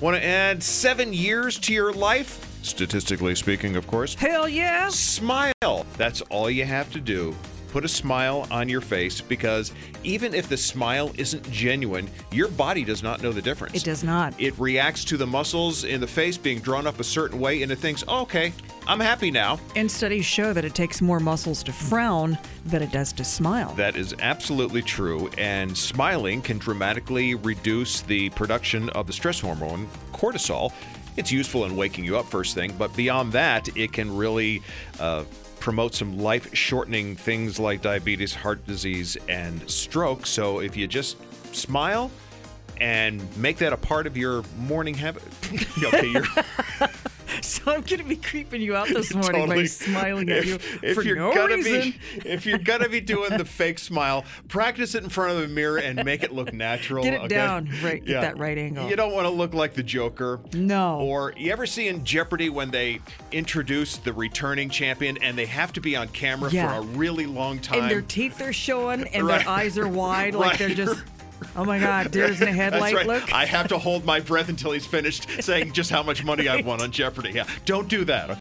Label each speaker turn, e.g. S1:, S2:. S1: Want to add seven years to your life? Statistically speaking, of course.
S2: Hell yeah.
S1: Smile. That's all you have to do. Put a smile on your face because even if the smile isn't genuine, your body does not know the difference.
S2: It does not.
S1: It reacts to the muscles in the face being drawn up a certain way and it thinks, okay, I'm happy now.
S2: And studies show that it takes more muscles to frown than it does to smile.
S1: That is absolutely true. And smiling can dramatically reduce the production of the stress hormone, cortisol. It's useful in waking you up first thing, but beyond that, it can really uh, promote some life shortening things like diabetes, heart disease, and stroke. So if you just smile, and make that a part of your morning habit. okay, you're
S2: so I'm going to be creeping you out this morning by smiling at
S1: if,
S2: you
S1: if
S2: for
S1: you're
S2: no
S1: gonna
S2: reason.
S1: be if you're gonna be doing the fake smile, practice it in front of the mirror and make it look natural.
S2: Get it
S1: okay?
S2: down, right, get that right angle.
S1: You don't want to look like the Joker.
S2: No.
S1: Or you ever see in Jeopardy when they introduce the returning champion and they have to be on camera
S2: Yeah.
S1: for a really long time.
S2: and their teeth are showing and
S1: Right.
S2: their eyes are wide like they're
S1: Right.
S2: just oh my god deer's in the
S1: That's
S2: headlight
S1: right.
S2: look
S1: I have to hold my breath until he's finished saying just how much money I've won on Jeopardy. Yeah, don't do that.